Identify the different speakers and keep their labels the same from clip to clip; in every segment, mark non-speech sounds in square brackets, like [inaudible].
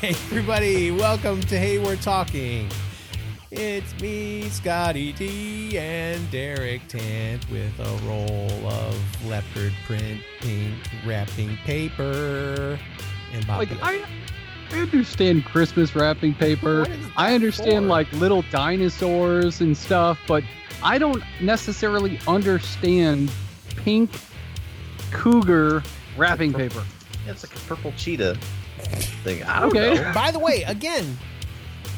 Speaker 1: Hey, everybody, welcome to Hey We're Talking. It's me, Scotty D, and Derek Tant with a roll of leopard print pink wrapping paper. And Bob
Speaker 2: Like
Speaker 1: Dylan.
Speaker 2: I, I understand Christmas wrapping paper.
Speaker 1: What is that
Speaker 2: I understand
Speaker 1: for?
Speaker 2: like little dinosaurs and stuff, but I don't necessarily understand pink cougar wrapping paper.
Speaker 3: It's like a purple cheetah thing. I don't
Speaker 2: Okay. [laughs]
Speaker 3: know.
Speaker 1: By the way, again,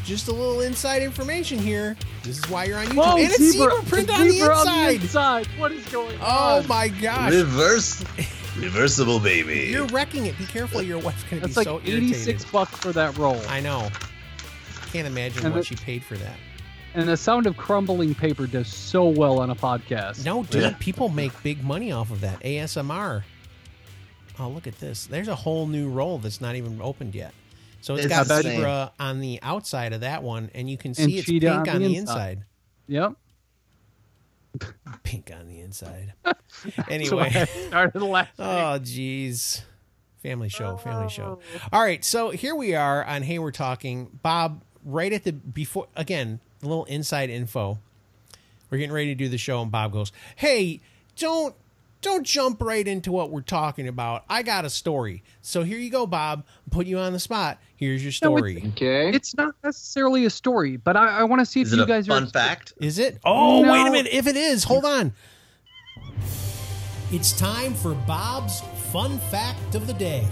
Speaker 1: just a little inside information here. This is why you're on YouTube.
Speaker 2: Whoa,
Speaker 1: and it's zebra, print on the
Speaker 2: zebra
Speaker 1: inside.
Speaker 2: inside. What is going
Speaker 1: oh
Speaker 2: on?
Speaker 1: my gosh.
Speaker 2: [laughs]
Speaker 3: Reverse, reversible baby.
Speaker 1: You're wrecking it. Be careful. Your wife's going to be
Speaker 2: That's like
Speaker 1: so irritated.
Speaker 2: 86 bucks for that roll.
Speaker 1: I know. Can't imagine
Speaker 2: And
Speaker 1: what
Speaker 2: the-
Speaker 1: she paid for that.
Speaker 2: And the sound of crumbling paper does so well on a podcast.
Speaker 1: No, dude,
Speaker 3: Yeah.
Speaker 1: people make big money off of that ASMR. Oh, look at this. There's a whole new roll that's not even opened yet. So it's
Speaker 3: It's
Speaker 1: got
Speaker 3: insane.
Speaker 1: zebra on the outside of that one, and you can see it's pink
Speaker 2: cheetah
Speaker 1: on the, inside.
Speaker 2: Yep.
Speaker 1: Pink on the inside.
Speaker 2: That's why I
Speaker 1: anyway.
Speaker 2: started laughing.
Speaker 1: Oh, jeez. Family show, family show. All right, so here we are on Hey We're Talking. Bob, right at the before again, a little inside info. We're getting ready to do the show, and Bob goes, Hey, don't don't jump right into what we're talking about. I got a story. So here you go, Bob. Put you on the spot. Here's your
Speaker 2: No,
Speaker 1: story.
Speaker 4: Okay.
Speaker 2: It's not necessarily a story, but I, I want to see if
Speaker 3: Is it
Speaker 2: you
Speaker 3: a
Speaker 2: guys
Speaker 3: fun
Speaker 2: are
Speaker 3: fact?
Speaker 1: Is it? Oh,
Speaker 2: No.
Speaker 1: wait a minute. If it is, hold on. It's time for Bob's fun fact of the day.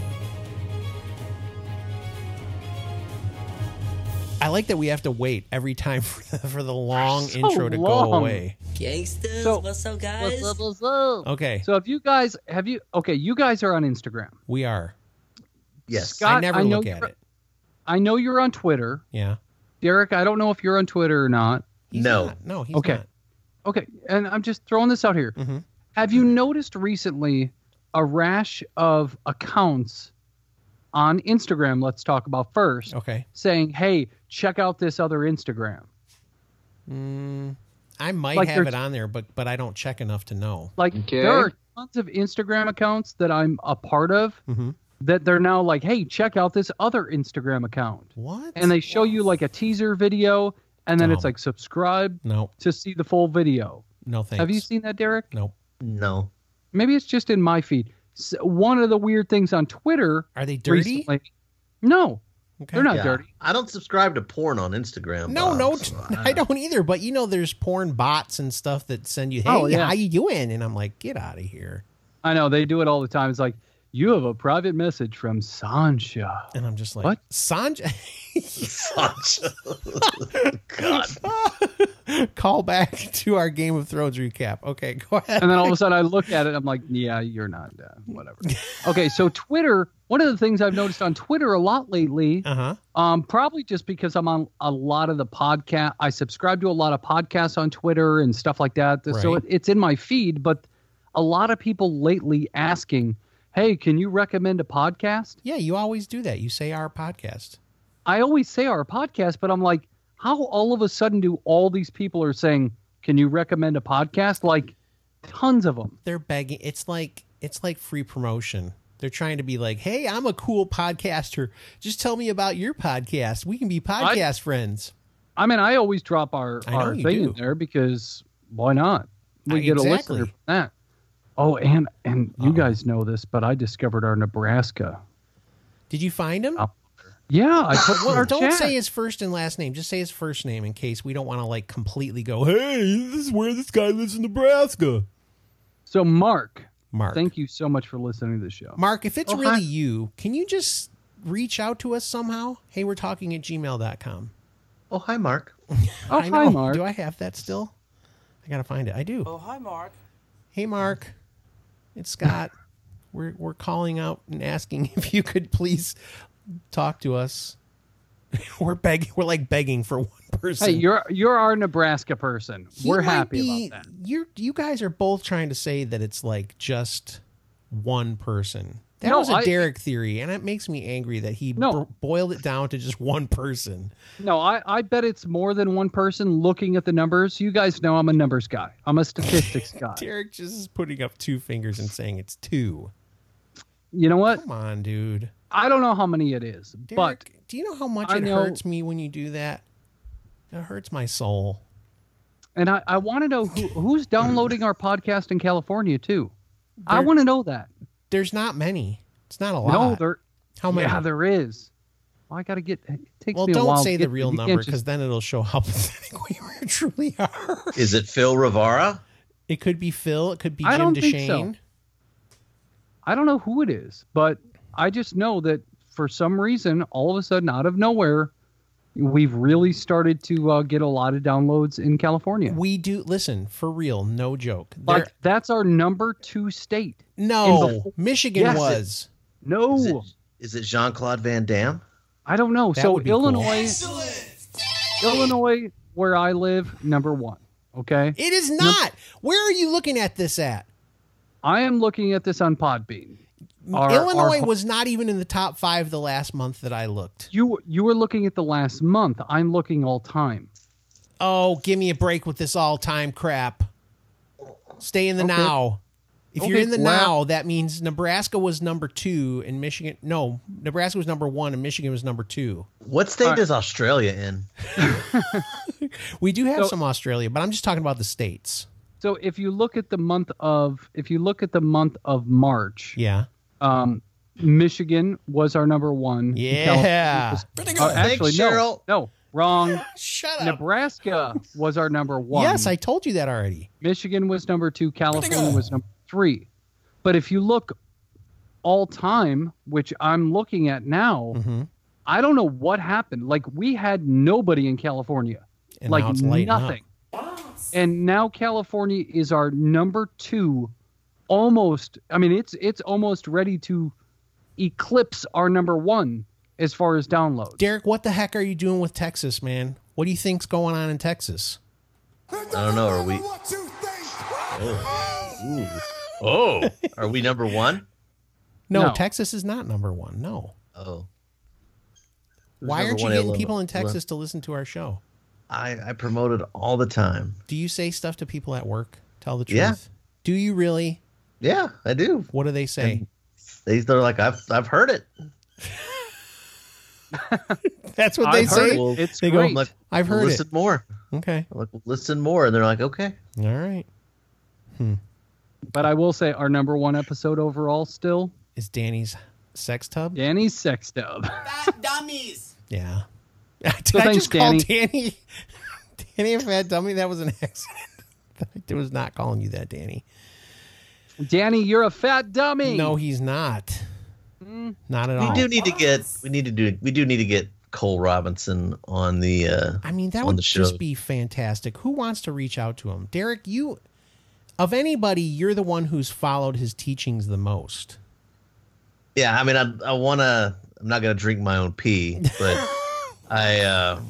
Speaker 1: I like that we have to wait every time [laughs] for the, for the long
Speaker 2: So
Speaker 1: intro to go
Speaker 2: long.
Speaker 1: away.
Speaker 5: Gangsters,
Speaker 2: So-
Speaker 5: what's up, guys?
Speaker 1: Okay,
Speaker 2: So if you guys have you okay, you guys are on Instagram.
Speaker 1: we are.
Speaker 3: Yes.
Speaker 2: Scott-
Speaker 1: I never
Speaker 2: I know
Speaker 1: look at
Speaker 2: you're-
Speaker 1: it.
Speaker 2: I know you're on Twitter.
Speaker 1: Yeah.
Speaker 2: Derek, I don't know if you're on Twitter or not.
Speaker 1: He's
Speaker 3: No.
Speaker 1: not. No, he's
Speaker 2: Okay.
Speaker 1: not.
Speaker 2: Okay, and I'm just throwing this out here.
Speaker 1: Mhm.
Speaker 2: Have you noticed recently a rash of accounts on Instagram, let's talk about first,
Speaker 1: Okay.
Speaker 2: saying, "Hey, check out this other Instagram."
Speaker 1: Mm, I might
Speaker 2: Like
Speaker 1: have
Speaker 2: there's-
Speaker 1: it on there, but but I don't check enough to know.
Speaker 2: Like
Speaker 4: Okay.
Speaker 2: there are tons of Instagram accounts that I'm a part of
Speaker 1: Mm-hmm.
Speaker 2: that they're now like, "Hey, check out this other Instagram account."
Speaker 1: What?
Speaker 2: and they show you like a teaser video and then it's
Speaker 1: Dumb.
Speaker 2: like subscribe
Speaker 1: no,
Speaker 2: to see the full video
Speaker 1: no thanks.
Speaker 2: have you seen that derek
Speaker 1: Nope.
Speaker 3: No.
Speaker 2: maybe it's just in my feed S one of the weird things on twitter
Speaker 1: Are they dirty?
Speaker 2: recently no
Speaker 1: okay.
Speaker 2: they're not
Speaker 3: Yeah.
Speaker 2: dirty
Speaker 3: I don't subscribe to porn on Instagram.
Speaker 1: No,
Speaker 3: Bob,
Speaker 1: no,
Speaker 3: so
Speaker 1: [laughs]
Speaker 2: [laughs]
Speaker 1: I don't either. But you know, there's porn bots and stuff that send you, "Hey,
Speaker 2: Oh, yeah.
Speaker 1: how you doing?" And I'm like, "Get out of here!"
Speaker 2: i know they do it all the time it's like you have a private message from sancha
Speaker 1: And I'm just like,
Speaker 2: What?
Speaker 1: Sanjay, [laughs]
Speaker 3: [laughs] God.
Speaker 1: [laughs] call back to our Game of Thrones recap. Okay, go ahead.
Speaker 2: and then all of a sudden i look at it i'm like yeah you're not uh,
Speaker 1: [laughs]
Speaker 2: whatever okay so twitter one of the things i've noticed on twitter a lot lately
Speaker 1: Uh huh.
Speaker 2: Um, probably just because I'm on a lot of the podcast. I subscribe to a lot of podcasts on Twitter and stuff like that. So
Speaker 1: Right.
Speaker 2: it, it's in my feed, but a lot of people lately asking, "Hey, can you recommend a podcast?"
Speaker 1: Yeah, you always do that. You say our podcast.
Speaker 2: I always say our podcast, but I'm like, how all of a sudden do all these people are saying, "Can you recommend a podcast?" Like tons of them.
Speaker 1: They're begging. It's like it's like free promotion. They're trying to be like, "Hey, I'm a cool podcaster. Just tell me about your podcast. We can be podcast friends."
Speaker 2: I mean, I always drop our,
Speaker 1: I know
Speaker 2: our
Speaker 1: you
Speaker 2: thing
Speaker 1: do.
Speaker 2: in there because why not? We
Speaker 1: Uh,
Speaker 2: get a
Speaker 1: exactly. Uh-huh.
Speaker 2: listener from that. Oh, and and you
Speaker 1: Uh-oh.
Speaker 2: guys know this, but I discovered our Nebraska.
Speaker 1: Did you find him?
Speaker 2: Uh, Yeah, I
Speaker 1: [laughs]
Speaker 2: put
Speaker 1: Well,
Speaker 2: our
Speaker 1: don't
Speaker 2: chat.
Speaker 1: say his first and last name. Just say his first name in case we don't want to like completely go. Hey, this is where this guy lives in Nebraska.
Speaker 2: so, Mark,
Speaker 1: Mark,
Speaker 2: thank you so much for listening to the show.
Speaker 1: Mark, if it's
Speaker 2: Oh, hi.
Speaker 1: really you, can you just reach out to us somehow? Hey, we're talking at gmail.com.
Speaker 3: Oh, hi, Mark.
Speaker 2: oh,
Speaker 1: I
Speaker 2: hi,
Speaker 1: know.
Speaker 2: Mark.
Speaker 1: Do I have that still? I gotta find it. I do.
Speaker 5: Oh, hi, Mark.
Speaker 1: Hey, Mark, it's Scott. [laughs] we're we're calling out and asking [laughs] if you could please talk to us. [laughs] we're begging. We're like begging for one person.
Speaker 2: hey, you're you're our Nebraska person.
Speaker 1: he
Speaker 2: We're
Speaker 1: might
Speaker 2: happy
Speaker 1: be-
Speaker 2: about that.
Speaker 1: You're you guys are both trying to say that it's like just one person. That
Speaker 2: No,
Speaker 1: was a
Speaker 2: I-
Speaker 1: Derek theory, and it makes me angry that he
Speaker 2: No.
Speaker 1: bro- boiled it down to just one person.
Speaker 2: No, I, I bet it's more than one person looking at the numbers. You guys know I'm a numbers guy.
Speaker 1: [laughs]
Speaker 2: I'm a statistics guy.
Speaker 1: Derek just is putting up two fingers and saying it's two.
Speaker 2: You know what?
Speaker 1: Come on, dude.
Speaker 2: I don't know how many it is, but
Speaker 1: Derek, do you know how much
Speaker 2: I
Speaker 1: it
Speaker 2: know-
Speaker 1: hurts me when you do that? It hurts my soul.
Speaker 2: and I, I want to know who, who's downloading our podcast in California too. I
Speaker 1: There-
Speaker 2: want to know that.
Speaker 1: There's not many. It's not a lot.
Speaker 2: No, there.
Speaker 1: how many?
Speaker 2: Yeah, there is. Well, I gotta get. It takes
Speaker 1: well,
Speaker 2: me a
Speaker 1: don't
Speaker 2: while to
Speaker 1: say
Speaker 2: get
Speaker 1: the real
Speaker 2: you can't
Speaker 1: number
Speaker 2: just-
Speaker 1: because then it'll show [laughs] how pathetic we truly are.
Speaker 3: Is it Phil Rivara?
Speaker 1: It could be Phil. It could be
Speaker 2: I
Speaker 1: Jim
Speaker 2: don't think
Speaker 1: Deshane.
Speaker 2: so. I don't know who it is, but I just know that for some reason, all of a sudden, out of nowhere, we've really started to uh, get a lot of downloads in California.
Speaker 1: We do listen for real, no joke.
Speaker 2: Like
Speaker 1: There,
Speaker 2: that's our number two state. in
Speaker 1: no,
Speaker 2: the-
Speaker 1: Michigan
Speaker 2: Yes, it-
Speaker 1: was.
Speaker 3: Is
Speaker 2: No,
Speaker 3: it, is it Jean Claude Van Damme?
Speaker 2: I don't know.
Speaker 1: That
Speaker 2: So
Speaker 1: would be cool.
Speaker 2: Illinois, Illinois, where I live, number one. Okay,
Speaker 1: It is not. Where are you looking at this at?
Speaker 2: I am looking at this on Podbean. Our-
Speaker 1: Illinois
Speaker 2: our-
Speaker 1: was not even in the top five the last month that I looked.
Speaker 2: You you were looking at the last month. I'm looking all time.
Speaker 1: Oh, give me a break with this all time crap. Stay in the
Speaker 2: Okay.
Speaker 1: now. If you're
Speaker 2: Okay,
Speaker 1: in the
Speaker 2: well-
Speaker 1: now, that means Nebraska was number two and Michigan. No, Nebraska was number one and Michigan was number two.
Speaker 3: What state
Speaker 2: Alright.
Speaker 3: is Australia in?
Speaker 1: We do have
Speaker 2: So-
Speaker 1: some Australia, but I'm just talking about the states.
Speaker 2: So if you look at the month of if you look at the month of March,
Speaker 1: Yeah.
Speaker 2: um, Michigan was our number one.
Speaker 1: Yeah.
Speaker 2: California was- uh, actually,
Speaker 3: Thanks, Cheryl.
Speaker 2: no, no, wrong.
Speaker 1: [laughs] Shut up.
Speaker 2: Nebraska was our number one.
Speaker 1: Yes, I told you that already.
Speaker 2: Michigan was number two. California was number three. But if you look all time, which I'm looking at now,
Speaker 1: Mm-hmm.
Speaker 2: I don't know what happened. Like we had nobody in California.
Speaker 1: And
Speaker 2: like
Speaker 1: now it's lighting up.
Speaker 2: nothing. And now California is our number two, almost. I mean, it's it's almost ready to eclipse our number one as far as downloads.
Speaker 1: Derek, what the heck are you doing with Texas, man? What do you think's going on in Texas?
Speaker 4: I
Speaker 3: don't know, are we- Ooh. Oh, are we number one?
Speaker 1: No,
Speaker 2: No.
Speaker 1: Texas is not number one. No.
Speaker 3: Oh, Who's
Speaker 1: Why
Speaker 3: number
Speaker 1: aren't you
Speaker 3: one
Speaker 1: getting
Speaker 3: Illinois?
Speaker 1: people in Texas to listen to our show?
Speaker 3: I I promote it all the time.
Speaker 1: Do you say stuff to people at work? Tell the truth.
Speaker 3: Yeah.
Speaker 1: Do you really?
Speaker 3: Yeah, I do.
Speaker 1: What do they say?
Speaker 3: They, they're like, I've I've heard it.
Speaker 1: [laughs] That's what
Speaker 2: I've
Speaker 1: they say.
Speaker 2: heard
Speaker 3: Well,
Speaker 2: it. It's
Speaker 1: they go,
Speaker 2: great.
Speaker 3: like-
Speaker 1: I've heard
Speaker 3: listen more.
Speaker 1: it. Okay.
Speaker 3: I'm like, listen more, and they're like, okay.
Speaker 1: All right.
Speaker 2: but I will say our number one episode overall still
Speaker 1: Is Danny's sex tub?
Speaker 2: Danny's sex dub.
Speaker 4: dummies.
Speaker 1: Yeah. [laughs] Did I
Speaker 2: thanks,
Speaker 1: just call Danny? [laughs] Danny, if that dummy, that was an accident. [laughs] I was not calling you that, Danny.
Speaker 2: Danny, you're a fat dummy.
Speaker 1: No, he's not.
Speaker 2: Mm.
Speaker 1: Not at
Speaker 3: We
Speaker 1: all.
Speaker 3: do need to get. We need to do. We do need to get Cole Robinson on the. uh
Speaker 1: I mean, that
Speaker 3: on
Speaker 1: would
Speaker 3: the
Speaker 1: just
Speaker 3: show.
Speaker 1: be fantastic. Who wants to reach out to him? Derek, you, of anybody, you're the one who's followed his teachings the most.
Speaker 3: Yeah, I mean, I I want to. I'm not gonna drink my own pee, but I uh,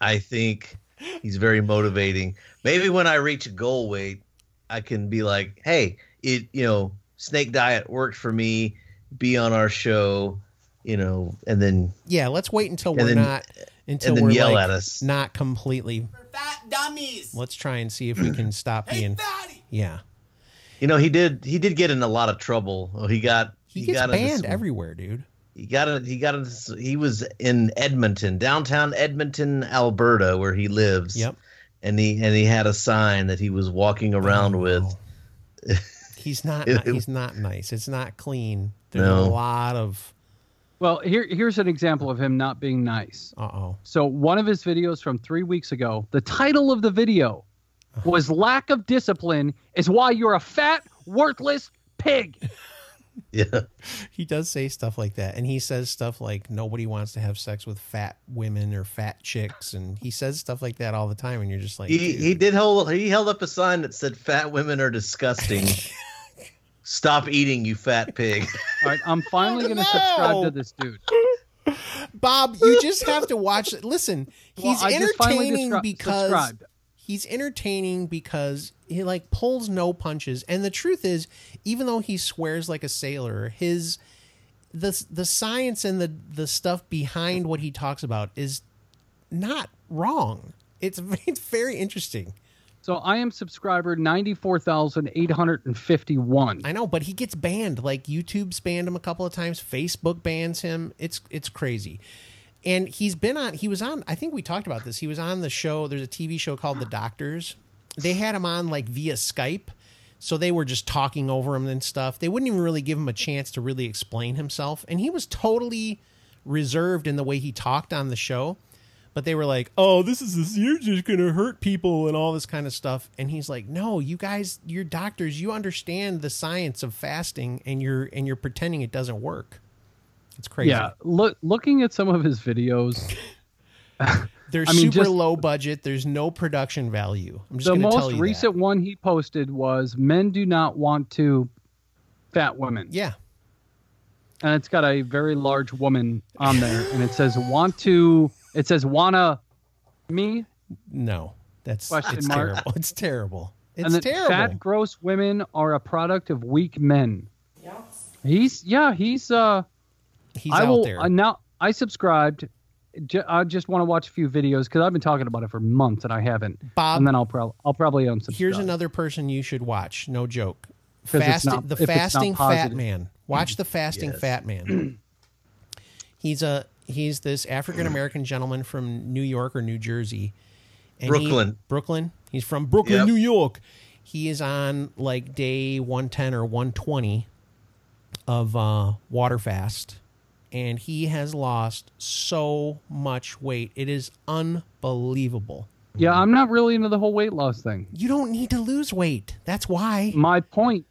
Speaker 3: I think he's very motivating. Maybe when I reach a goal weight, I can be like, hey, it you know, snake diet worked for me. Be on our show, you know, and then
Speaker 1: Yeah, let's wait until
Speaker 3: And
Speaker 1: we're
Speaker 3: then-
Speaker 1: not until
Speaker 3: and then
Speaker 1: we're
Speaker 3: yell
Speaker 1: like,
Speaker 3: at us.
Speaker 1: not completely.
Speaker 4: Fat dummies.
Speaker 1: Let's try and see if we can stop being.
Speaker 4: fatty.
Speaker 1: Yeah,
Speaker 3: You know, he did. He did get in a lot of trouble. Oh, he got.
Speaker 1: he, gets
Speaker 3: got into
Speaker 1: banned
Speaker 3: some-
Speaker 1: everywhere, dude.
Speaker 3: He got in, he got into, he was in Edmonton, downtown Edmonton, Alberta, where he lives.
Speaker 1: Yep.
Speaker 3: And he and he had a sign that he was walking around
Speaker 1: Oh,
Speaker 3: with.
Speaker 1: no. He's
Speaker 3: [laughs]
Speaker 1: not.
Speaker 3: It-
Speaker 1: he's not nice. It's not clean. There's a
Speaker 3: No.
Speaker 1: lot of.
Speaker 2: Well, here here's an example of him not being nice.
Speaker 1: Uh oh.
Speaker 2: So one of his videos from three weeks ago, the title of the video was "Lack of Discipline is Why You're a Fat Worthless Pig."
Speaker 3: [laughs] Yeah.
Speaker 1: He does say stuff like that, and he says stuff like nobody wants to have sex with fat women or fat chicks, and he says stuff like that all the time. And you're just like,
Speaker 3: He
Speaker 1: dude.
Speaker 3: he did hold he held up a sign that said fat women
Speaker 1: [laughs]
Speaker 3: are disgusting. Stop eating, you fat pig. [laughs]
Speaker 2: All right,
Speaker 1: [laughs]
Speaker 2: I'm finally going to subscribe to this dude.
Speaker 1: Bob, you just have to watch. Listen,
Speaker 2: Well,
Speaker 1: he's
Speaker 2: I just finally
Speaker 1: entertaining
Speaker 2: descri-
Speaker 1: because
Speaker 2: subscribed.
Speaker 1: he's entertaining because he like pulls no punches. And the truth is, even though he swears like a sailor, his the the science and the the stuff behind what [laughs] he talks about is not wrong. It's it's very interesting.
Speaker 2: So I am subscriber 94,851.
Speaker 1: I know, but he gets banned. Like YouTube's banned him a couple of times. Facebook bans him. It's it's crazy. And he's been on. He was on. I think we talked about this. He was on the show. There's a TV show called The Doctors. They had him on like via Skype, so they were just talking over him and stuff. They wouldn't even really give him a chance to really explain himself. And he was totally reserved in the way he talked on the show. But they were like, "Oh, this is this, you're just gonna hurt people and all this kind of stuff." And he's like, "No, you guys, you're doctors. You understand the science of fasting, and you're and you're pretending it doesn't work. It's crazy.
Speaker 2: Yeah, look, looking at some of his videos,
Speaker 1: They're
Speaker 2: I mean,
Speaker 1: super
Speaker 2: just-
Speaker 1: low budget. There's no production value. I'm just
Speaker 2: the
Speaker 1: gonna
Speaker 2: most
Speaker 1: tell you
Speaker 2: recent
Speaker 1: that.
Speaker 2: one he posted was "Men do not want to fat women,"
Speaker 1: Yeah,
Speaker 2: and it's got a very large woman on there, and it says "want to." It says "wanna me,"
Speaker 1: no, that's
Speaker 2: Question
Speaker 1: it's
Speaker 2: mark.
Speaker 1: terrible. It's terrible.
Speaker 2: and
Speaker 1: It's
Speaker 2: that
Speaker 1: terrible.
Speaker 2: fat, gross women are a product of weak men. He's yeah, he's uh.
Speaker 1: He's
Speaker 2: I
Speaker 1: out
Speaker 2: will
Speaker 1: there.
Speaker 2: Uh, now. I subscribed. J- I just want to watch a few videos because I've been talking about it for months and I haven't.
Speaker 1: Bob-
Speaker 2: and then I'll probably I'll probably unsubscribe.
Speaker 1: Here's another person you should watch. No joke.
Speaker 2: 'Cause it's
Speaker 1: Fasting,
Speaker 2: not-
Speaker 1: the
Speaker 2: if it's not
Speaker 1: fasting fat
Speaker 2: positive.
Speaker 1: man. Watch the fasting
Speaker 3: Yes.
Speaker 1: fat
Speaker 2: [clears throat]
Speaker 1: man. he's a he's this African American gentleman from New York or New Jersey, and he-
Speaker 3: Brooklyn.
Speaker 1: Brooklyn. He's from Brooklyn,
Speaker 3: Yep.
Speaker 1: New York. He is on like day one ten or one twenty of uh, water fast, and he has lost so much weight. It is unbelievable.
Speaker 2: Yeah, I'm not really into the whole weight loss thing.
Speaker 1: You don't need to lose weight. That's why.
Speaker 2: My point.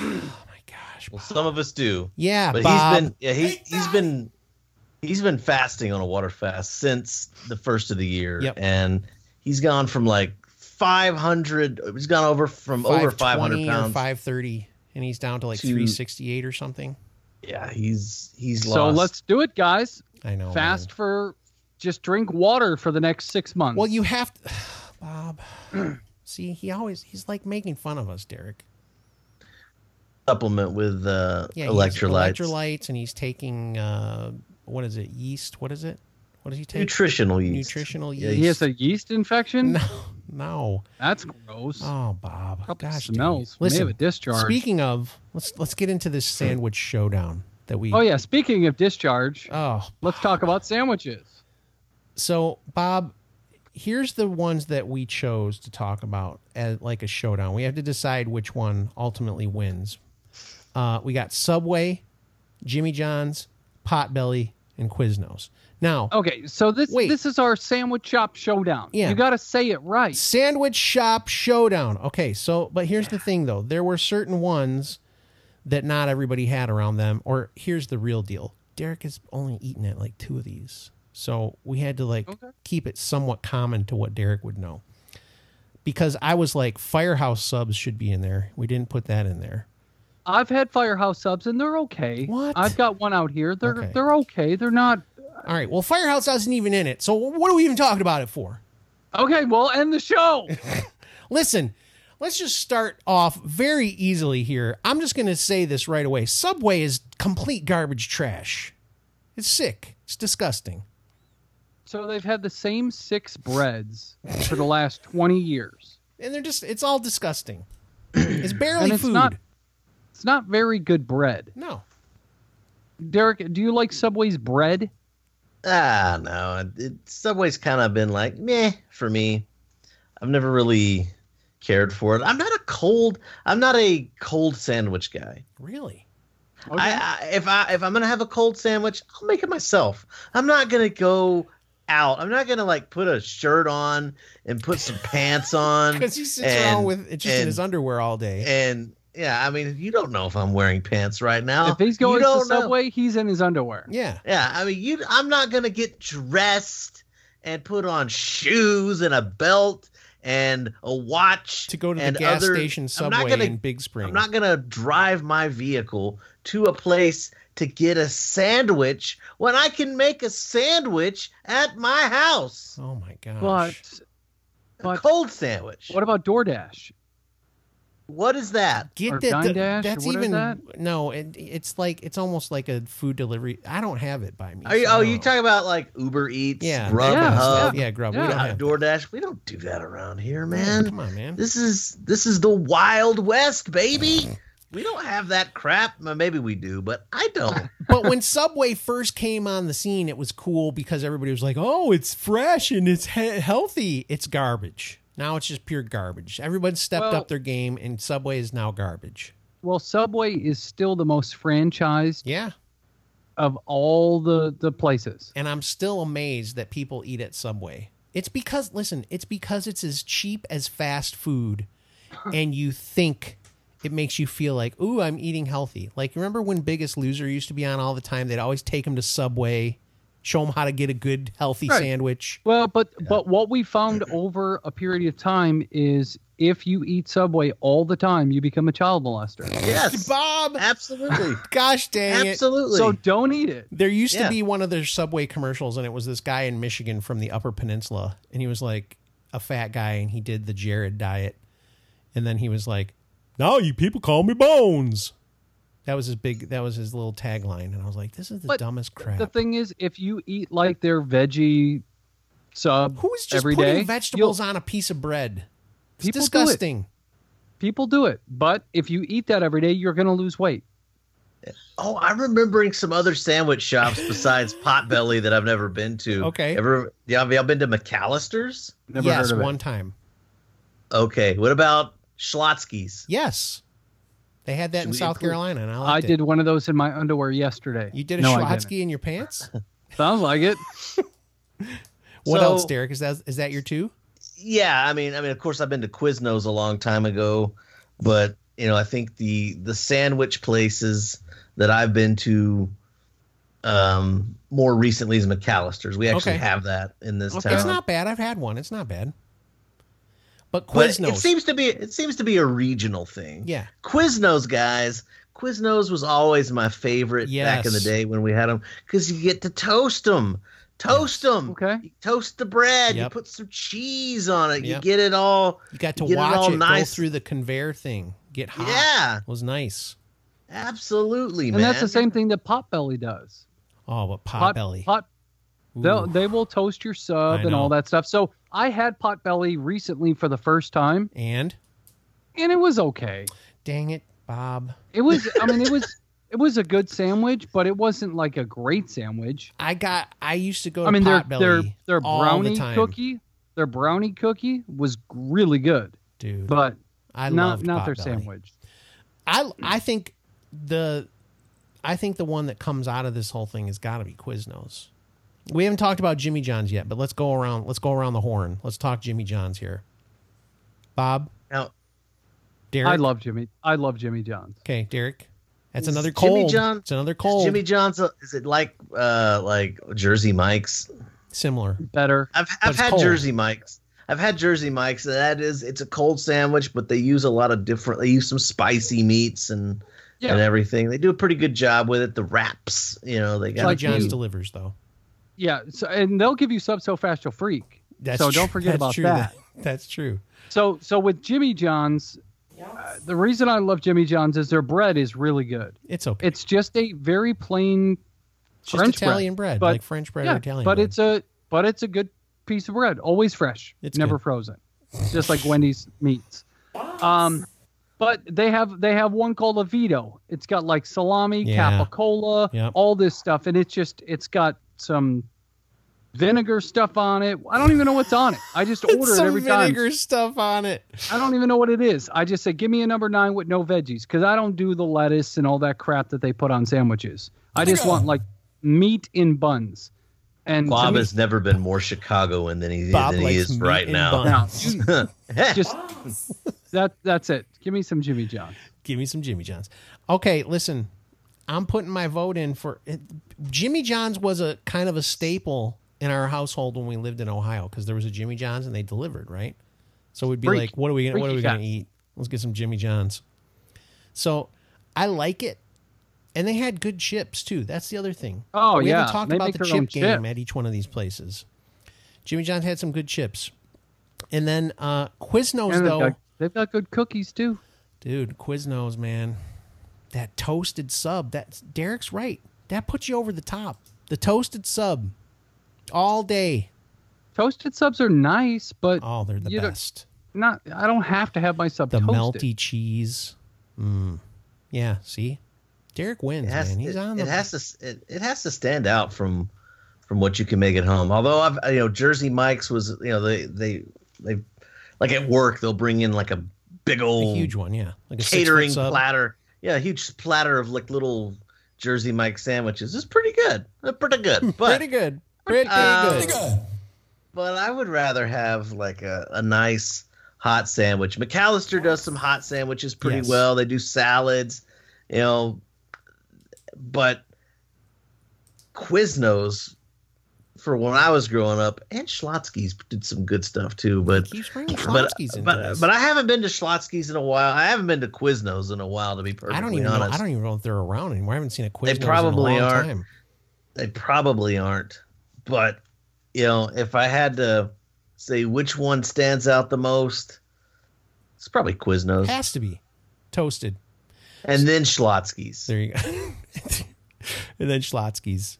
Speaker 1: my gosh.
Speaker 3: Well, some of us do.
Speaker 1: Yeah,
Speaker 3: But
Speaker 1: Bob.
Speaker 3: he's been yeah, he he's been he's been fasting on a water fast since the first of the year.
Speaker 1: Yep.
Speaker 3: And he's gone from like 500 he's gone over from over 500
Speaker 1: 520 or
Speaker 3: pounds.
Speaker 1: 530 and he's down to like
Speaker 3: to-
Speaker 1: 368 or something.
Speaker 3: yeah, he's he's lost. Oh,
Speaker 2: So let's do it, guys.
Speaker 1: I know.
Speaker 2: Fast
Speaker 1: man.
Speaker 2: for just drink water for the next six months.
Speaker 1: Well, you have to [sighs] Bob. [clears throat] See, he always he's like making fun of us, Derek.
Speaker 3: supplement with uh
Speaker 1: Yeah, he has
Speaker 3: electrolytes.
Speaker 1: Electrolytes and he's taking uh what is it? Yeast, what is it? What does he take?
Speaker 3: Nutritional yeast.
Speaker 1: Nutritional
Speaker 3: Yeah,
Speaker 1: yeast.
Speaker 2: he has a yeast infection.
Speaker 1: No. No.
Speaker 2: That's gross.
Speaker 1: Oh, Bob.
Speaker 2: Probably
Speaker 1: Gosh,
Speaker 2: smells.
Speaker 1: dang it.
Speaker 2: May have
Speaker 1: Listen.
Speaker 2: a discharge.
Speaker 1: Speaking of, let's let's get into this sandwich showdown that we
Speaker 2: oh yeah. Speaking of discharge,
Speaker 1: Oh,
Speaker 2: let's talk about sandwiches.
Speaker 1: so Bob, here's the ones that we chose to talk about as like a showdown. We have to decide which one ultimately wins. Uh, we got Subway, Jimmy John's, Potbelly, and Quiznos. Now,
Speaker 2: Okay, so this
Speaker 1: Wait.
Speaker 2: this is our sandwich shop showdown.
Speaker 1: Yeah.
Speaker 2: you got to say it right.
Speaker 1: sandwich shop showdown. Okay, so but here's the thing though. There were certain ones that not everybody had around them. Or here's the real deal. Derek has only eaten at like two of these. So we had to like
Speaker 2: Okay.
Speaker 1: keep it somewhat common to what Derek would know. Because I was like, Firehouse subs should be in there. We didn't put that in there.
Speaker 2: I've had Firehouse subs and they're okay.
Speaker 1: What?
Speaker 2: I've got one out here. They're
Speaker 1: Okay.
Speaker 2: they're okay. They're not
Speaker 1: All right. Well, Firehouse isn't even in it. So what are we even talking about it for?
Speaker 2: okay. Well, end
Speaker 1: [laughs]
Speaker 2: the show.
Speaker 1: Listen, let's just start off very easily here. I'm just going to say this right away. Subway is complete garbage trash. It's sick. It's disgusting.
Speaker 2: so they've had the same six breads for the last twenty years,
Speaker 1: And they're just it's all disgusting.
Speaker 3: [clears throat]
Speaker 1: It's barely
Speaker 2: and it's
Speaker 1: food.
Speaker 2: not it's not very good bread.
Speaker 1: no.
Speaker 2: Derek, do you like Subway's bread?
Speaker 3: Ah, no. It, Subway's kind of been like meh for me. I've never really cared for it. I'm not a cold. I'm not a cold sandwich guy.
Speaker 1: Really?
Speaker 3: I, I if I if I'm gonna have a cold sandwich, I'll make it myself. I'm not gonna go out. I'm not gonna like put a shirt on and put some pants
Speaker 2: [laughs]
Speaker 3: on.
Speaker 1: Cuz he sits
Speaker 3: and-
Speaker 1: around with it's just in
Speaker 3: and-
Speaker 1: his underwear all day.
Speaker 3: And yeah, I mean, you don't know if I'm wearing pants right now.
Speaker 2: if he's going
Speaker 3: You
Speaker 2: to
Speaker 3: don't know.
Speaker 2: Subway, he's in his underwear.
Speaker 1: yeah.
Speaker 3: Yeah, I mean, you. I'm not gonna get dressed and put on shoes and a belt and a watch
Speaker 1: To go to the
Speaker 3: and
Speaker 1: gas
Speaker 3: other-
Speaker 1: station
Speaker 3: I'm not
Speaker 1: Subway
Speaker 3: gonna-
Speaker 1: in Big Spring.
Speaker 3: I'm not gonna drive my vehicle to a place to get a sandwich when I can make a sandwich at my house.
Speaker 1: oh my gosh.
Speaker 2: But
Speaker 3: a
Speaker 2: but
Speaker 3: cold sandwich.
Speaker 2: what about DoorDash?
Speaker 3: What is that?
Speaker 2: Or
Speaker 1: Get that?
Speaker 2: Dine
Speaker 1: th-
Speaker 2: Dash, or
Speaker 1: that's
Speaker 2: what is
Speaker 1: even
Speaker 2: that?
Speaker 1: no. It, it's like it's almost like a food delivery. I don't have it by me.
Speaker 3: Are you,
Speaker 1: so I
Speaker 3: oh,
Speaker 1: don't
Speaker 3: you
Speaker 1: know.
Speaker 3: talking about like Uber Eats,
Speaker 1: Yeah,
Speaker 3: Grubhub,
Speaker 1: that kind of
Speaker 2: Hub,
Speaker 1: stuff. yeah, Grub.
Speaker 2: yeah.
Speaker 1: We don't
Speaker 3: uh,
Speaker 1: have that.
Speaker 3: DoorDash? We don't do that around here,
Speaker 1: Come
Speaker 3: man.
Speaker 1: on, man.
Speaker 3: This is this is the Wild West, baby.
Speaker 1: Uh-huh.
Speaker 3: We don't have that crap. Well, Maybe we do, but I
Speaker 1: [laughs]
Speaker 3: don't.
Speaker 1: but when Subway first came on the scene, it was cool because everybody was like, "Oh, it's fresh and it's he- healthy." It's garbage. Now it's just pure garbage. Everyone stepped
Speaker 2: Well-
Speaker 1: up their game, and Subway is now garbage.
Speaker 2: Well, Subway is still the most franchised
Speaker 1: Yeah,
Speaker 2: of all the the places.
Speaker 1: and I'm still amazed that people eat at Subway. It's because listen, it's because it's as cheap as fast food, and you think it makes you feel like, "Ooh, I'm eating healthy." Like remember when Biggest Loser used to be on all the time? They'd always take them to Subway, show them how to get a good healthy
Speaker 2: Right.
Speaker 1: sandwich.
Speaker 2: Well, but but what we
Speaker 3: [clears throat]
Speaker 2: found over a period of time is if you eat Subway all the time, you become a child molester.
Speaker 3: yes,
Speaker 1: Bob,
Speaker 3: absolutely,
Speaker 1: gosh [laughs] dang it.
Speaker 3: absolutely.
Speaker 2: so don't eat it.
Speaker 1: There used to
Speaker 3: Yeah.
Speaker 1: be one of their subway commercials, and it was this guy in Michigan from the Upper Peninsula, and he was like a fat guy, and he did the Jared diet, and then he was like, "Now you people call me Bones." That was his big. That was his little tagline, and I was like, "This is the
Speaker 2: But
Speaker 1: dumbest crap."
Speaker 2: The thing is, if you eat like their veggie sub
Speaker 1: Who is just
Speaker 2: every
Speaker 1: putting
Speaker 2: day,
Speaker 1: vegetables on a piece of bread? It's
Speaker 2: People do it.
Speaker 1: disgusting.
Speaker 2: you'll- people do it. But if you eat that every day, you're going to lose weight.
Speaker 3: Oh, I'm remembering some other sandwich shops
Speaker 1: [laughs]
Speaker 3: besides Potbelly that I've never been to.
Speaker 1: Okay.
Speaker 3: Ever yeah, have y'all been to McAllister's?
Speaker 2: Never
Speaker 1: Yes,
Speaker 2: heard of
Speaker 1: one
Speaker 2: it.
Speaker 1: time.
Speaker 3: Okay. What about Schlotsky's?
Speaker 1: Yes, they had that
Speaker 3: Should
Speaker 1: in
Speaker 3: we
Speaker 1: South
Speaker 3: improve-
Speaker 1: Carolina, and I
Speaker 2: I
Speaker 1: liked it.
Speaker 2: did one of those in my underwear yesterday.
Speaker 1: You did a
Speaker 2: no, I didn't.
Speaker 1: Schlotsky in your
Speaker 2: [laughs]
Speaker 1: pants.
Speaker 2: Sounds
Speaker 1: [laughs]
Speaker 2: like it.
Speaker 1: What
Speaker 3: So-
Speaker 1: else, Derek? Is that is that your two?
Speaker 3: Yeah, I mean, I mean, of course, I've been to Quiznos a long time ago, but you know, I think the the sandwich places that I've been to um more recently is McAllister's. We actually
Speaker 1: Okay.
Speaker 3: have that in this
Speaker 2: Okay.
Speaker 3: town.
Speaker 1: It's not bad. I've had one. It's not bad. But
Speaker 3: But
Speaker 1: Quiznos,
Speaker 3: It seems to be it seems to be a regional thing.
Speaker 1: yeah,
Speaker 3: Quiznos guys. Quiznos was always my favorite back in the
Speaker 1: Yes.
Speaker 3: day when we had them because you get to toast them, toast them,
Speaker 2: Okay.
Speaker 3: You toast the bread, you
Speaker 1: Yep.
Speaker 3: put some cheese on it, you
Speaker 1: Yep.
Speaker 3: get it all.
Speaker 1: you got to
Speaker 3: Get it
Speaker 1: watch
Speaker 3: all
Speaker 1: it,
Speaker 3: nice.
Speaker 1: go through the conveyor thing, get hot.
Speaker 3: Yeah,
Speaker 1: It was nice.
Speaker 3: absolutely,
Speaker 2: And
Speaker 3: man.
Speaker 2: that's the same thing that Potbelly does.
Speaker 1: Oh, but pot,
Speaker 2: Pot-
Speaker 1: belly.
Speaker 2: Pot, They'll,
Speaker 1: Ooh.
Speaker 2: they will toast your sub
Speaker 1: I
Speaker 2: and all
Speaker 1: know.
Speaker 2: that stuff. So I had Potbelly recently for the first time,
Speaker 1: and
Speaker 2: and it was okay.
Speaker 1: dang it, Bob,
Speaker 2: It was, I mean,
Speaker 1: [laughs]
Speaker 2: it was, it was a good sandwich, but it wasn't like a great sandwich.
Speaker 1: I got. I used to go. To
Speaker 2: I mean, their
Speaker 1: pot
Speaker 2: their
Speaker 1: belly
Speaker 2: their
Speaker 1: all
Speaker 2: brownie
Speaker 1: the time.
Speaker 2: cookie, their brownie cookie was really good,
Speaker 1: dude.
Speaker 2: but
Speaker 1: I
Speaker 2: not
Speaker 1: loved
Speaker 2: not their
Speaker 1: Potbelly.
Speaker 2: sandwich.
Speaker 1: I I think the I think the one that comes out of this whole thing has got to be Quiznos. We haven't talked about Jimmy John's yet, but let's go around. Let's go around the horn. Let's talk Jimmy John's here. Bob,
Speaker 3: Now,
Speaker 1: Derek.
Speaker 2: I love Jimmy. I love Jimmy John's.
Speaker 1: Okay, Derek. That's
Speaker 3: Is
Speaker 1: another
Speaker 3: Jimmy
Speaker 1: cold.
Speaker 3: John-
Speaker 1: it's another
Speaker 3: is
Speaker 1: cold.
Speaker 3: Jimmy John's. a- Is it like uh like Jersey Mike's?
Speaker 1: Similar.
Speaker 2: Better.
Speaker 3: I've
Speaker 1: But
Speaker 3: I've
Speaker 1: it's
Speaker 3: had
Speaker 1: cold.
Speaker 3: Jersey Mike's. I've had Jersey Mike's. and That is, it's a cold sandwich, but they use a lot of different. They use some spicy meats and
Speaker 2: Yeah.
Speaker 3: and everything. They do a pretty good job with it. The wraps, you know, they got
Speaker 1: Jimmy
Speaker 2: like
Speaker 1: John's
Speaker 2: you.
Speaker 1: delivers though.
Speaker 2: Yeah. So, and they'll give you sub so fast you'll freak.
Speaker 1: That's
Speaker 2: so
Speaker 1: true.
Speaker 2: don't
Speaker 1: That's
Speaker 2: forget about
Speaker 1: true.
Speaker 2: that.
Speaker 1: [laughs] That's true.
Speaker 2: So so with Jimmy John's, uh, the reason I love Jimmy John's is their bread is really good.
Speaker 1: It's okay.
Speaker 2: It's just a very plain
Speaker 1: It's just
Speaker 2: French
Speaker 1: Italian bread,
Speaker 2: but-
Speaker 1: like French bread or
Speaker 2: yeah,
Speaker 1: Italian.
Speaker 2: but
Speaker 1: bread.
Speaker 2: it's a but it's a good piece of bread, always fresh.
Speaker 1: It's
Speaker 2: never
Speaker 1: good.
Speaker 2: frozen. Just like Wendy's meats. Um but they have they have one called a Vito. It's got like salami,
Speaker 1: Yeah.
Speaker 2: capicola,
Speaker 1: Yep.
Speaker 2: all this stuff and it's just it's got some vinegar stuff on it. I don't even know what's on it. I just order it
Speaker 1: some
Speaker 2: every time.
Speaker 1: vinegar stuff on it.
Speaker 2: I don't even know what it is. I just say, give me a number nine with no veggies because I don't do the lettuce and all that crap that they put on sandwiches. I just want like meat in buns. And to
Speaker 3: Bob
Speaker 2: me-
Speaker 3: has never been more Chicagoan than he,
Speaker 1: Bob
Speaker 3: than he
Speaker 1: likes
Speaker 3: is
Speaker 1: meat
Speaker 3: right
Speaker 1: and
Speaker 3: now.
Speaker 2: no,
Speaker 1: buns.
Speaker 2: you-
Speaker 3: Just
Speaker 2: just
Speaker 1: [laughs]
Speaker 2: that that's it. Give me some Jimmy John's.
Speaker 1: Give me some Jimmy John's. Okay, listen, I'm putting my vote in for it, Jimmy John's was a kind of a staple in our household when we lived in Ohio because there was a Jimmy John's and they delivered, right? So we'd be
Speaker 2: Freak.
Speaker 1: like, what are we gonna, what are
Speaker 2: Freaky
Speaker 1: we going to
Speaker 2: guy.
Speaker 1: eat? Let's get some Jimmy John's. So I like it, and they had good chips too. That's the other thing.
Speaker 2: Oh,
Speaker 1: we
Speaker 2: yeah.
Speaker 1: haven't talked
Speaker 2: They
Speaker 1: about
Speaker 2: make
Speaker 1: the
Speaker 2: their own
Speaker 1: chip game
Speaker 2: chip.
Speaker 1: at each one of these places. Jimmy John's had some good chips, and then uh, Quiznos
Speaker 2: And they've
Speaker 1: though
Speaker 2: got, they've got good cookies too.
Speaker 1: Dude, Quiznos, man. That toasted sub. That's Derek's right. That puts you over the top. The toasted sub. All day.
Speaker 2: Toasted subs are nice, but
Speaker 1: Oh, they're the
Speaker 2: You don't-
Speaker 1: best.
Speaker 2: not. I don't have to have my sub
Speaker 1: The
Speaker 2: toasted.
Speaker 1: melty cheese. Mm. Yeah, see? Derek wins,
Speaker 3: It has,
Speaker 1: man. He's
Speaker 3: it,
Speaker 1: on the
Speaker 3: it has to s- it, it has to stand out from from what you can make at home. Although I've you know Jersey Mike's was you know they they they like at work they'll bring in like a big
Speaker 1: a
Speaker 3: old
Speaker 1: huge one, yeah. Like a six-foot
Speaker 3: catering
Speaker 1: sub.
Speaker 3: platter. Yeah, a huge platter of like little Jersey Mike sandwiches. It's pretty good. They're
Speaker 1: [laughs]
Speaker 3: pretty good. But
Speaker 1: Pretty good. Pretty
Speaker 3: Uh,
Speaker 1: good.
Speaker 3: but I would rather have like a, a nice hot sandwich. McAllister does some hot sandwiches pretty
Speaker 1: Yes.
Speaker 3: well. They do salads, you know, but Quiznos for when I was growing up and Schlotsky's did some good stuff too, but
Speaker 1: Keeps bringing
Speaker 3: but,
Speaker 1: Schlotsky's into
Speaker 3: but
Speaker 1: this.
Speaker 3: but I haven't been to Schlotsky's in a while. I haven't been to Quiznos in a while to be perfectly
Speaker 1: I don't even know.
Speaker 3: honest.
Speaker 1: I don't even know if they're around anymore. I haven't seen a Quiznos
Speaker 3: probably
Speaker 1: in a long
Speaker 3: aren't.
Speaker 1: time.
Speaker 3: they probably aren't. But you know, if I had to say which one stands out the most, it's probably Quiznos,
Speaker 1: Has to be toasted.
Speaker 3: and then Schlotsky's.
Speaker 1: There you go. [laughs] and then Schlotsky's,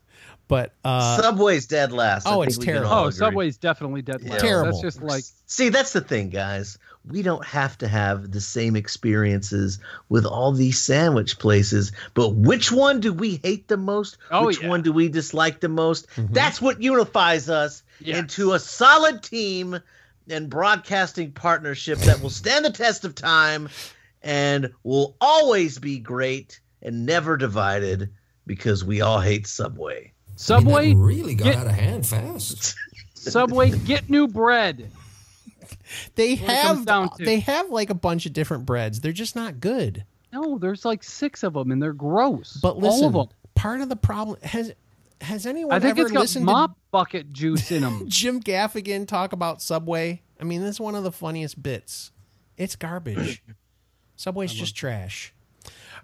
Speaker 1: but uh,
Speaker 3: Subway's dead last. I
Speaker 1: oh,
Speaker 3: think
Speaker 1: it's
Speaker 3: we can
Speaker 1: terrible.
Speaker 3: all
Speaker 2: Oh,
Speaker 3: agree.
Speaker 2: Subway's definitely dead last.
Speaker 1: Terrible.
Speaker 2: That's just like
Speaker 3: See, that's the thing, guys. We don't have to have the same experiences with all these sandwich places, but which one do we hate the most?
Speaker 2: Oh,
Speaker 3: which
Speaker 2: yeah.
Speaker 3: one do we dislike the most?
Speaker 1: Mhm.
Speaker 3: That's what unifies us
Speaker 2: Yes.
Speaker 3: into a solid team and broadcasting partnership that will stand the test of time and will always be great and never divided because we all hate Subway.
Speaker 2: Subway.
Speaker 5: That really got
Speaker 2: get-
Speaker 5: out of hand fast.
Speaker 2: Subway, get new bread.
Speaker 1: they
Speaker 2: what it comes
Speaker 1: have
Speaker 2: down to.
Speaker 1: they have like a bunch of different breads. They're just not good.
Speaker 2: No, there's like six of them, and they're gross.
Speaker 1: But listen,
Speaker 2: all of them.
Speaker 1: part of the problem has has anyone
Speaker 2: I think
Speaker 1: ever
Speaker 2: it's got
Speaker 1: listened
Speaker 2: mop
Speaker 1: to
Speaker 2: bucket juice in
Speaker 3: [laughs]
Speaker 2: them.
Speaker 1: Jim Gaffigan talk about Subway? I mean, this is one of the funniest bits. It's
Speaker 2: [clears throat]
Speaker 1: garbage. Subway's just trash.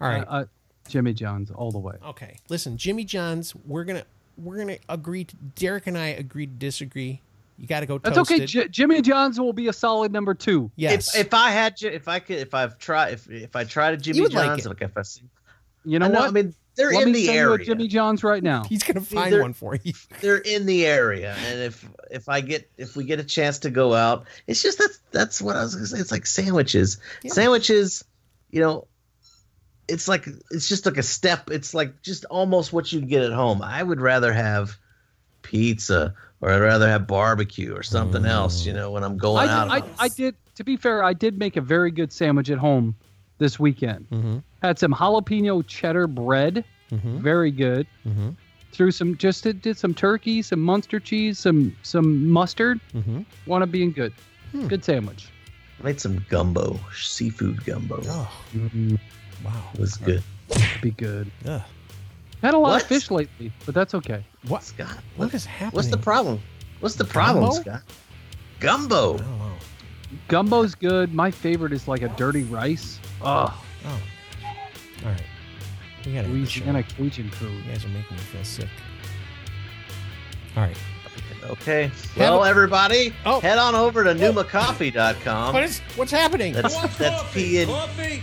Speaker 1: All right.
Speaker 2: uh, Jimmy John's all the way.
Speaker 1: Okay. Listen, Jimmy John's. We're gonna we're gonna agree. To, Derek and I agree to disagree. You got to go.
Speaker 2: That's
Speaker 1: toasted.
Speaker 2: okay. J- Jimmy John's will be a solid number two.
Speaker 1: Yes.
Speaker 3: If, if I had, Ji- if I could, if I've tried, if if I tried a Jimmy
Speaker 1: would like
Speaker 3: John's,
Speaker 1: it.
Speaker 3: like if I seen,
Speaker 2: You know
Speaker 3: I know,
Speaker 2: what?
Speaker 3: I mean, they're
Speaker 2: Let me
Speaker 3: in the
Speaker 2: send you a
Speaker 3: area.
Speaker 2: Jimmy John's right
Speaker 1: [laughs]
Speaker 2: now.
Speaker 1: He's gonna find
Speaker 3: Either-
Speaker 1: one for you.
Speaker 3: [laughs] they're in the area, and if if I get if we get a chance to go out, it's just that's that's what I was gonna say. It's like sandwiches,
Speaker 1: Yeah.
Speaker 3: sandwiches, you know. It's like it's just like a step. It's like just almost what you can get at home. I would rather have pizza, or I'd rather have barbecue, or something else. You know, when I'm going out.
Speaker 2: Mm. I, I, I did. To be fair, I did make a very good sandwich at home this weekend. Had some jalapeno cheddar bread, very good.
Speaker 1: Mhm.
Speaker 2: Threw some just did, did some turkey, some Munster cheese, some some mustard.
Speaker 1: Mhm.
Speaker 2: Wanna being good,
Speaker 3: Hmm.
Speaker 2: good sandwich.
Speaker 3: made some gumbo, seafood gumbo.
Speaker 1: Oh wow.
Speaker 3: It was good.
Speaker 2: Mm, Be good.
Speaker 1: Ugh.
Speaker 2: Had a lot
Speaker 3: What?
Speaker 2: of fish lately, but that's okay.
Speaker 1: What?
Speaker 3: Scott,
Speaker 1: What
Speaker 3: what,
Speaker 1: is happening? Oh,
Speaker 3: what's the problem? What's the problem,
Speaker 1: Gumbo?
Speaker 3: Scott? Gumbo.
Speaker 1: I don't know.
Speaker 2: Gumbo's good. My favorite is like a dirty rice. Ugh,
Speaker 1: Oh. All right. We gotta. end the show.
Speaker 2: Louisiana Cajun food.
Speaker 1: You guys are making me feel sick. All right.
Speaker 3: Okay. Well,
Speaker 1: a-
Speaker 3: everybody,
Speaker 1: Oh.
Speaker 3: head on over to
Speaker 1: What
Speaker 3: numacoffee.com.
Speaker 1: is? What's happening?
Speaker 3: That's that's P and I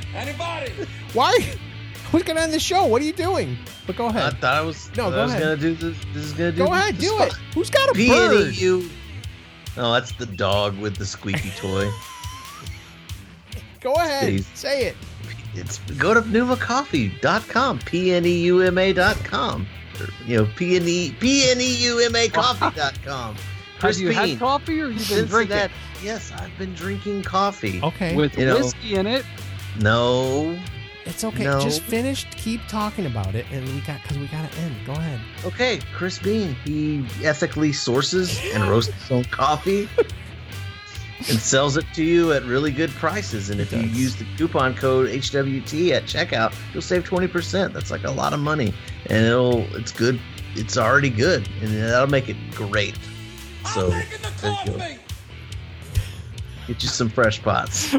Speaker 1: Why? Who's gonna end the show? What are you doing? But go ahead.
Speaker 3: thought I was
Speaker 1: No,
Speaker 3: I
Speaker 1: go
Speaker 3: was
Speaker 1: ahead.
Speaker 3: gonna do this. This Uh, is gonna do.
Speaker 1: go ahead. Do it. Who's got a
Speaker 3: P N E
Speaker 1: bird?
Speaker 3: U. No, that's the dog with the squeaky toy.
Speaker 1: Go ahead.
Speaker 3: Jeez.
Speaker 1: Say it.
Speaker 3: It's go to numacoffee.com, p n e u m a dot com, you know p n e p n e u m a coffee dot com.
Speaker 2: Have you had
Speaker 3: Crispine,
Speaker 2: coffee or you been
Speaker 3: since
Speaker 2: drinking?
Speaker 3: that, yes, I've been drinking coffee.
Speaker 1: Okay.
Speaker 2: With
Speaker 3: You know.
Speaker 2: whiskey in it.
Speaker 3: No,
Speaker 1: It's okay.
Speaker 3: No.
Speaker 1: Just finish. Keep talking about it, and we got because we gotta end. Go ahead.
Speaker 3: Okay, Chris Bean. He ethically sources and roasts his own coffee and sells it to you at really good prices. And if you
Speaker 1: does.
Speaker 3: use the coupon code HWT at checkout, you'll save 20%. That's like a lot of money. And it'll it's good. It's already good. And that'll make it great. So there you go. get you some fresh pots.